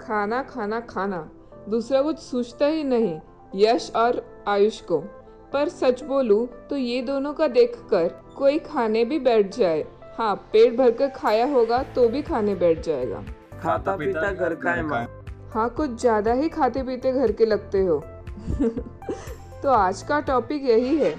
खाना खाना खाना दूसरा कुछ सूझता ही नहीं यश और आयुष को पर सच बोलूं तो ये दोनों का देखकर कोई खाने भी बैठ जाए हाँ पेट भरकर खाया होगा तो भी खाने बैठ जाएगा खाता पीता घर का है माँ हाँ कुछ ज़्यादा ही खाते पीते घर के लगते हो तो आज का टॉपिक यही है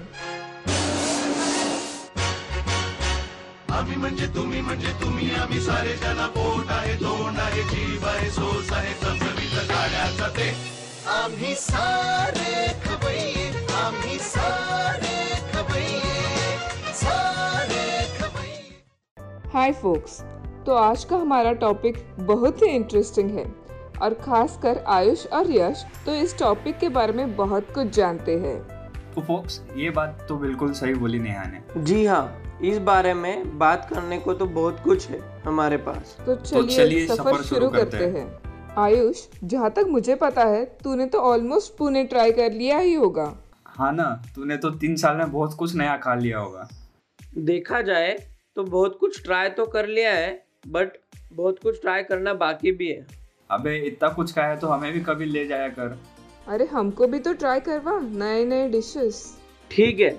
आम्ही सारे खबरी आम्ही सारे खबरी सारे खबरी हाय फोक्स तो आज का हमारा टॉपिक बहुत ही इंटरेस्टिंग है और खासकर आयुष और यश तो इस टॉपिक के बारे में बहुत कुछ जानते हैं तो फोक्स ये बात तो बिल्कुल सही बोली नेहा ने जी हाँ इस बारे में बात करने को तो बहुत कुछ है हमारे पास तो चलिए, चलिए सफर, शुरू करते हैं आयुष जहाँ तक मुझे पता है तूने तो ऑलमोस्ट पुणे ट्राई कर लिया ही होगा हाँ ना तूने तो तीन साल में बहुत कुछ नया खा लिया होगा देखा जाए तो बहुत कुछ ट्राई तो कर लिया है बट बहुत कुछ ट्राई करना बाकी भी है अबे इतना कुछ खाया तो हमें भी कभी ले जाया कर अरे हमको भी तो ट्राई करवा नए नए डिशेस ठीक है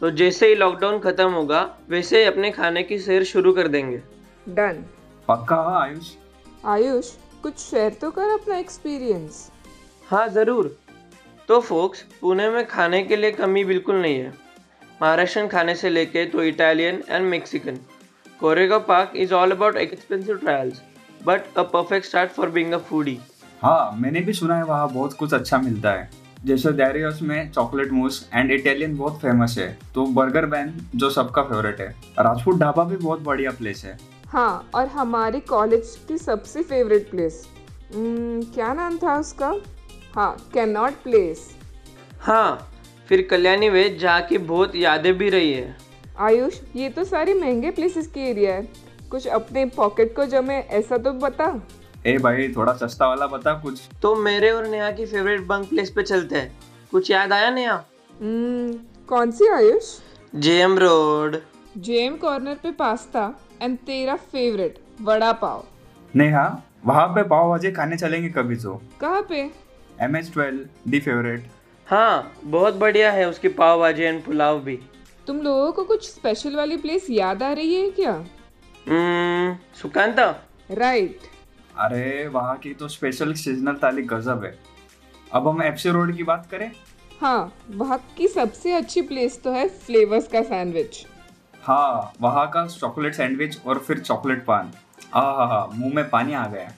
तो जैसे ही लॉकडाउन खत्म होगा वैसे ही अपने खाने की सैर शुरू कर देंगे डन पक्का हाँ आयुष आयुष कुछ शेयर तो कर अपना एक्सपीरियंस हाँ ज़रूर तो फोक्स पुणे में खाने के लिए कमी बिल्कुल नहीं है महाराष्ट्रन खाने से लेके तो Italian and Mexican Koregaon park is all about expensive trials but a perfect start for being a foodie हाँ मैंने भी सुना है वहाँ बहुत कुछ अच्छा मिलता है जैसे डेयरी हाउस में चॉकलेट मूस एंड इटालियन बहुत फेमस है तो बर्गर बैन जो सबका फेवरेट है राजपूत ढाबा भी बहुत बढ़िया प्लेस है हाँ और हमारे कॉलेज की सबसे फेवरेट प्लेस क्या नाम था उसका हाँ कैन नॉट प्लेस हाँ फिर कल्याणी वेज जहाँ की बहुत यादें भी रही है आयुष ये तो सारे महंगे प्लेसेस की एरिया है कुछ अपने पॉकेट को जमे ऐसा तो बता ए भाई थोड़ा सस्ता वाला बता कुछ तो मेरे और नेहा की फेवरेट बंक प्लेस पे चलते हैं कुछ याद आया नेहा Hmm, कौन सी Ayush J M road gem corner पे पास्ता एंड तेरा फेवरेट वड़ा पाव नेहा वहाँ पे पाव भाजी खाने चलेंगे कभी तो कहाँ पे M H twelve the favourite हाँ बहुत बढ़िया है उसकी पाव भाजी एंड पुलाव भी तुम लोगों को कुछ स्पेशल वाली प्लेस याद आ रही है क्या हम्म, सुकांता राइट अरे वहाँ की तो स्पेशल सीजनल थाली गजब है अब हम एफसी रोड की बात करें हाँ वहाँ की सबसे अच्छी प्लेस तो है फ्लेवर्स का सैंडविच हाँ वहाँ का चॉकलेट सैंडविच और फिर चॉकलेट पान आ हा हा हाँ, मुंह में पानी आ गया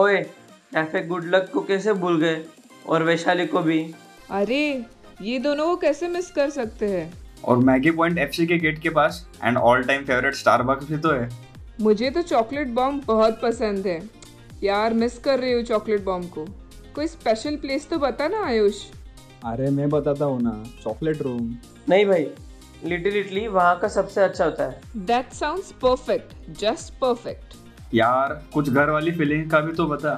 ओए कैफे गुड लक को कैसे भूल गए और वैशाली को भी अरे ये दोनों को कैसे मिस कर सकते हैं और मैगी पॉइंट एफसी के गेट के पास and all time favourite Starbucks भी तो है मुझे तो चॉकलेट बॉम्ब बहुत पसंद है यार मिस कर रही हूँ चॉकलेट बॉम्ब को कोई स्पेशल प्लेस तो बता ना आयुष अरे मैं बताता हूँ ना चॉकलेट रूम नहीं भाई लिटिल इटली वहाँ का सबसे अच्छा होता है that sounds perfect just perfect यार कुछ घर वाली फीलिंग का भी तो बता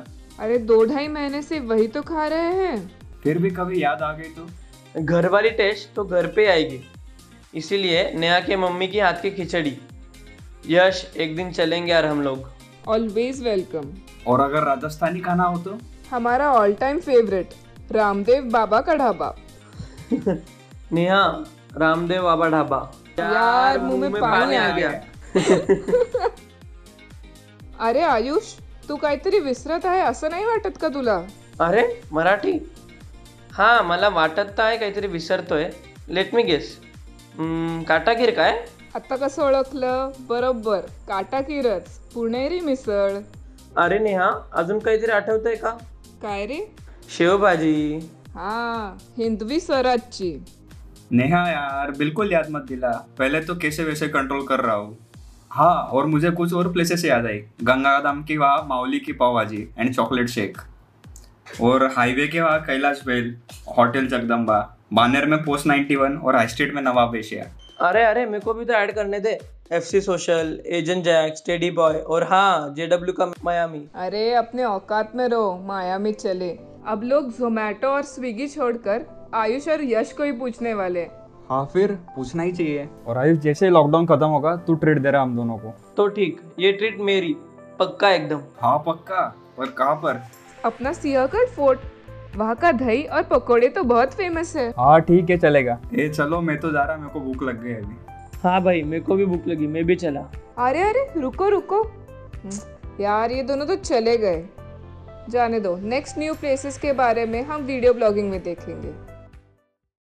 अरे दो ढाई महीने से वही तो खा रहे हैं फिर भी कभी याद आ गई तो घर वाली टेस्ट तो घर पे आएगी इसीलिए नेहा के मम्मी की हाथ की खिचड़ी यश एक दिन चलेंगे यार हम लोग ऑलवेज वेलकम और अगर राजस्थानी खाना हो तो हमारा all time favourite Ramdev Baba का ढाबा नेहा रामदेव बाबा ढाबा यार, मुंह में पानी आ गया। अरे आयुष तू काहीतरी विसरत आहे असं नाही वाटत का तुला अरे मराठी हां मला वाटत तर आहे काहीतरी विसरतोय लेट मी गेस हम्म, काटागीर काय आता कसं ओळखलं बरोबर काटा किरच पुणेरी मिसळ अरे नेहा अजून काहीतरी आठवतंय का काय रे शेवभाजी हा हिंदवी स्वराजची नेहा यार बिल्कुल याद मत दिला पहले तो कैसे वैसे कंट्रोल कर रहा हूँ हाँ और मुझे कुछ और प्लेसेस याद आई गंगाधाम की वहाँ माउली की pav bhaji and chocolate shake और हाईवे के वहाँ कैलाश बेल होटल जगदम्बा बानेर में पोस्ट 91 और हाई स्ट्रीट में नवाब एशिया अरे अरे मेरे को भी तो ऐड करने दे F C social agent Jack steady boy और हाँ जे डब्ल्यू का मायामी अरे अपने औकात में रहो माया में चले अब लोग जोमेटो और स्विगी छोड़कर आयुष और यश को ही पूछने वाले हैं। हाँ फिर पूछना ही चाहिए और आयुष जैसे ही लॉकडाउन खत्म होगा तू ट्रीट दे रहा हम दोनों को तो ठीक ये ट्रीट मेरी पक्का एकदम हाँ पक्का और कहाँ पर अपना सियाकट फोर्ट वहाँ का दही और पकोड़े तो बहुत फेमस है हाँ ठीक है चलेगा ए चलो मैं तो जा रहा मेरे को भूख लग गई अभी हाँ भाई मेरे को भी भूख लगी मैं भी चला अरे अरे रुको रुको यार ये दोनों तो चले गए जाने दो नेक्स्ट न्यू प्लेसेस के बारे में हम वीडियो ब्लॉगिंग में देखेंगे